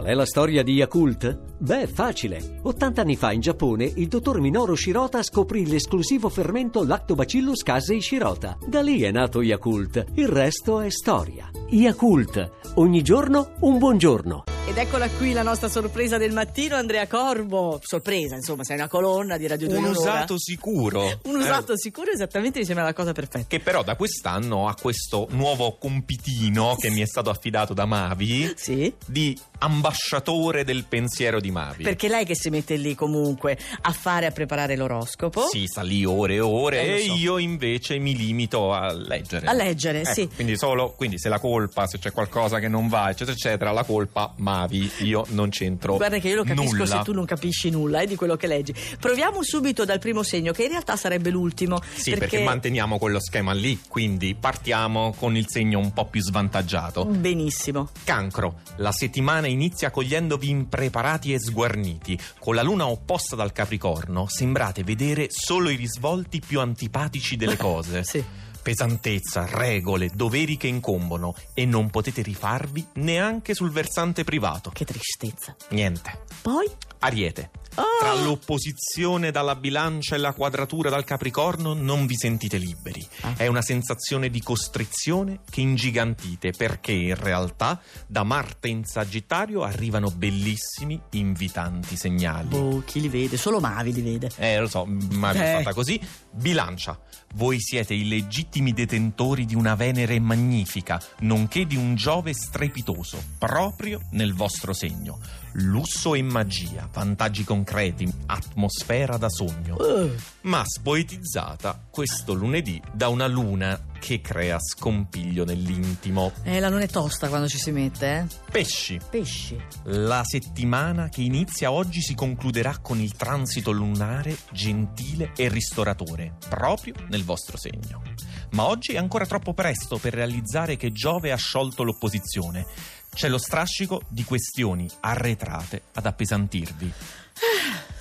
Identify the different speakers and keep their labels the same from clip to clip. Speaker 1: È la storia di Yakult? Beh, facile. 80 anni fa in Giappone il dottor Minoru Shirota scoprì l'esclusivo fermento Lactobacillus casei Shirota. Da lì è nato Yakult. Il resto è storia. Yakult. Ogni giorno un buongiorno.
Speaker 2: Ed eccola qui la nostra sorpresa del mattino, Andrea Corbo. Sorpresa, insomma, sei una colonna di Radio 2
Speaker 3: un
Speaker 2: in un'ora.
Speaker 3: usato Eh. sicuro. Eh,
Speaker 2: Un usato sicuro, esattamente, mi sembra la cosa perfetta.
Speaker 3: Che però da quest'anno ha questo nuovo compitino che mi è stato affidato da Mavi
Speaker 2: Sì.
Speaker 3: di ambasciatore del pensiero di Mavi.
Speaker 2: Perché lei che si mette lì comunque a fare, a preparare l'oroscopo.
Speaker 3: Sì, sta lì ore e ore
Speaker 2: Eh, lo
Speaker 3: e
Speaker 2: so.
Speaker 3: io invece mi limito a leggere.
Speaker 2: A leggere,
Speaker 3: Ecco,
Speaker 2: sì.
Speaker 3: Quindi solo, quindi se la colpa, se c'è qualcosa che non va, eccetera, eccetera, la colpa Mavi, io non c'entro
Speaker 2: Guarda che io lo capisco
Speaker 3: nulla.
Speaker 2: se tu non capisci nulla eh, di quello che leggi. Proviamo subito dal primo segno, che in realtà sarebbe l'ultimo.
Speaker 3: Sì, perché... manteniamo quello schema lì, quindi partiamo con il segno un po' più svantaggiato.
Speaker 2: Benissimo.
Speaker 3: Cancro, la settimana inizia cogliendovi impreparati e sguarniti. Con la luna opposta dal Capricorno sembrate vedere solo i risvolti più antipatici delle cose.
Speaker 2: Sì.
Speaker 3: Pesantezza, regole, doveri che incombono e non potete rifarvi neanche sul versante privato.
Speaker 2: Che tristezza.
Speaker 3: Niente.
Speaker 2: Poi?
Speaker 3: Ariete.
Speaker 2: Oh!
Speaker 3: Tra l'opposizione dalla bilancia e la quadratura dal Capricorno non vi sentite liberi.
Speaker 2: Ah.
Speaker 3: È una sensazione di costrizione che ingigantite perché in realtà da Marte in Sagittario arrivano bellissimi, invitanti segnali.
Speaker 2: Boh, chi li vede? Solo Mavi li vede.
Speaker 3: Eh, lo so, ma è
Speaker 2: Eh.
Speaker 3: fatta così. Bilancia. Voi siete i legittimi detentori di una Venere magnifica, nonché di un Giove strepitoso, proprio nel vostro segno. Lusso e magia, vantaggi concreti, atmosfera da sogno.
Speaker 2: Eh,
Speaker 3: Ma spoetizzata questo lunedì da una luna che crea scompiglio nell'intimo.
Speaker 2: Eh, la non è tosta quando ci si mette, eh.
Speaker 3: Pesci.
Speaker 2: Pesci.
Speaker 3: La settimana che inizia oggi si concluderà con il transito lunare gentile e ristoratore, proprio nel vostro segno. Ma oggi è ancora troppo presto per realizzare che Giove ha sciolto l'opposizione. C'è lo strascico di questioni arretrate ad appesantirvi.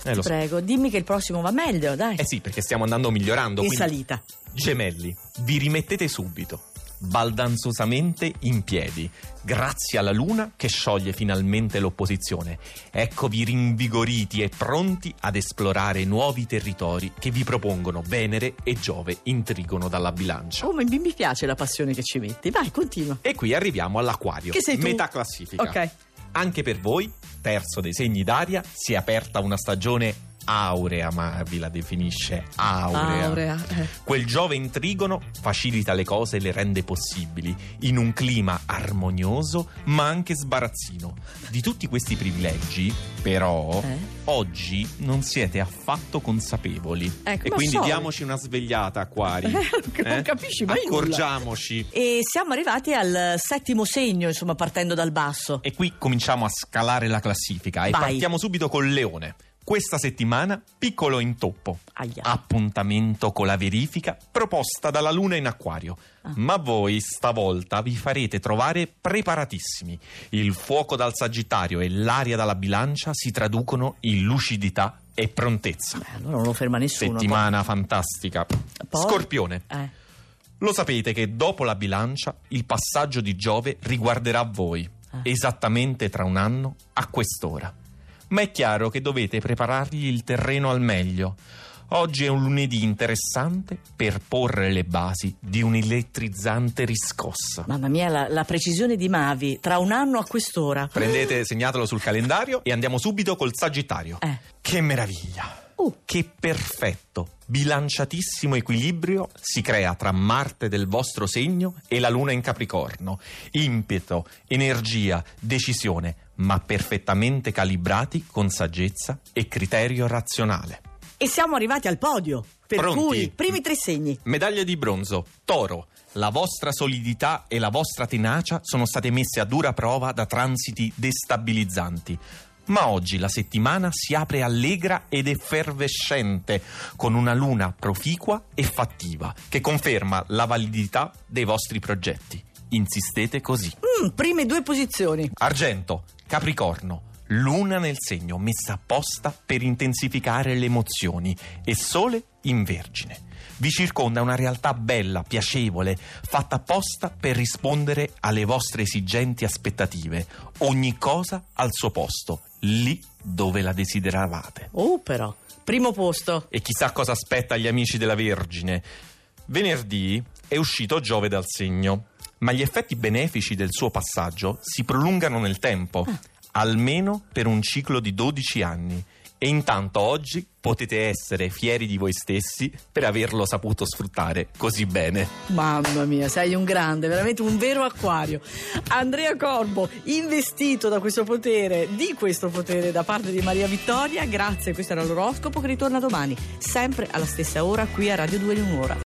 Speaker 3: Eh,
Speaker 2: Ti
Speaker 3: lo so.
Speaker 2: prego, dimmi che il prossimo va meglio, dai.
Speaker 3: Eh sì, perché stiamo andando migliorando.
Speaker 2: in
Speaker 3: quindi-
Speaker 2: salita.
Speaker 3: Gemelli, vi rimettete subito, baldanzosamente in piedi, grazie alla luna che scioglie finalmente l'opposizione. Eccovi rinvigoriti e pronti ad esplorare nuovi territori che vi propongono Venere e Giove in trigono dalla bilancia.
Speaker 2: Oh, ma mi mi piace la passione che ci metti. Vai, continua.
Speaker 3: E qui arriviamo all'acquario,
Speaker 2: Che sei tu?
Speaker 3: metà classifica.
Speaker 2: Ok.
Speaker 3: Anche per voi, terzo dei segni d'aria, si è aperta una stagione aurea, ma vi la definisce
Speaker 2: Aurea, eh.
Speaker 3: Quel Giove in trigono facilita le cose e le rende possibili, in un clima armonioso ma anche sbarazzino. Di tutti questi privilegi, però,
Speaker 2: Eh?
Speaker 3: oggi non siete affatto consapevoli.
Speaker 2: Ecco,
Speaker 3: e
Speaker 2: ma
Speaker 3: quindi
Speaker 2: so-
Speaker 3: diamoci una svegliata, Acquari.
Speaker 2: Eh, non capisci mai nulla.
Speaker 3: Accorgiamoci.
Speaker 2: E siamo arrivati al settimo segno, insomma, partendo dal basso.
Speaker 3: E qui cominciamo a scalare la classifica e
Speaker 2: Vai.
Speaker 3: partiamo subito col Leone. Questa settimana piccolo intoppo.
Speaker 2: Aia.
Speaker 3: Appuntamento con la verifica proposta dalla Luna in Acquario.
Speaker 2: Ah.
Speaker 3: Ma voi stavolta vi farete trovare preparatissimi. Il fuoco dal Sagittario e l'aria dalla bilancia si traducono in lucidità e prontezza.
Speaker 2: Beh, allora non lo ferma nessuno.
Speaker 3: Settimana fantastica.
Speaker 2: Poi?
Speaker 3: Scorpione.
Speaker 2: poi. Eh.
Speaker 3: Lo sapete che dopo la bilancia il passaggio di Giove riguarderà voi,
Speaker 2: Ah.
Speaker 3: esattamente tra un anno a quest'ora. Ma è chiaro che dovete preparargli il terreno al meglio. Oggi è un lunedì interessante per porre le basi di un'elettrizzante riscossa.
Speaker 2: Mamma mia, la, la precisione di Mavi, tra un anno a quest'ora.
Speaker 3: Prendete, segnatelo sul calendario e andiamo subito col Sagittario.
Speaker 2: Eh.
Speaker 3: Che meraviglia!
Speaker 2: Uh.
Speaker 3: Che perfetto, bilanciatissimo equilibrio si crea tra Marte del vostro segno e la Luna in Capricorno. Impeto, energia, decisione, ma perfettamente calibrati con saggezza e criterio razionale.
Speaker 2: E siamo arrivati al podio. Per
Speaker 3: Pronti?
Speaker 2: cui, primi tre segni.
Speaker 3: Medaglia di bronzo, toro. La vostra solidità e la vostra tenacia sono state messe a dura prova da transiti destabilizzanti. Ma oggi la settimana si apre allegra ed effervescente, con una luna proficua e fattiva, che conferma la validità dei vostri progetti. Insistete così.
Speaker 2: Mm, prime due posizioni.
Speaker 3: Argento, Capricorno. Luna nel segno, messa apposta per intensificare le emozioni, e Sole in Vergine. Vi circonda una realtà bella, piacevole, fatta apposta per rispondere alle vostre esigenti aspettative. Ogni cosa al suo posto, lì dove la desideravate.
Speaker 2: Oh, però. Primo posto.
Speaker 3: E chissà cosa aspetta gli amici della Vergine. Venerdì è uscito Giove dal segno, ma gli effetti benefici del suo passaggio si prolungano nel tempo, almeno per un ciclo di 12 anni. E intanto oggi potete essere fieri di voi stessi per averlo saputo sfruttare così bene.
Speaker 2: Mamma mia, sei un grande, veramente un vero acquario. Andrea Corbo, investito da questo potere, di questo potere da parte di Maria Vittoria, grazie, questo era l'oroscopo che ritorna domani, sempre alla stessa ora qui a Radio 2 in un'ora.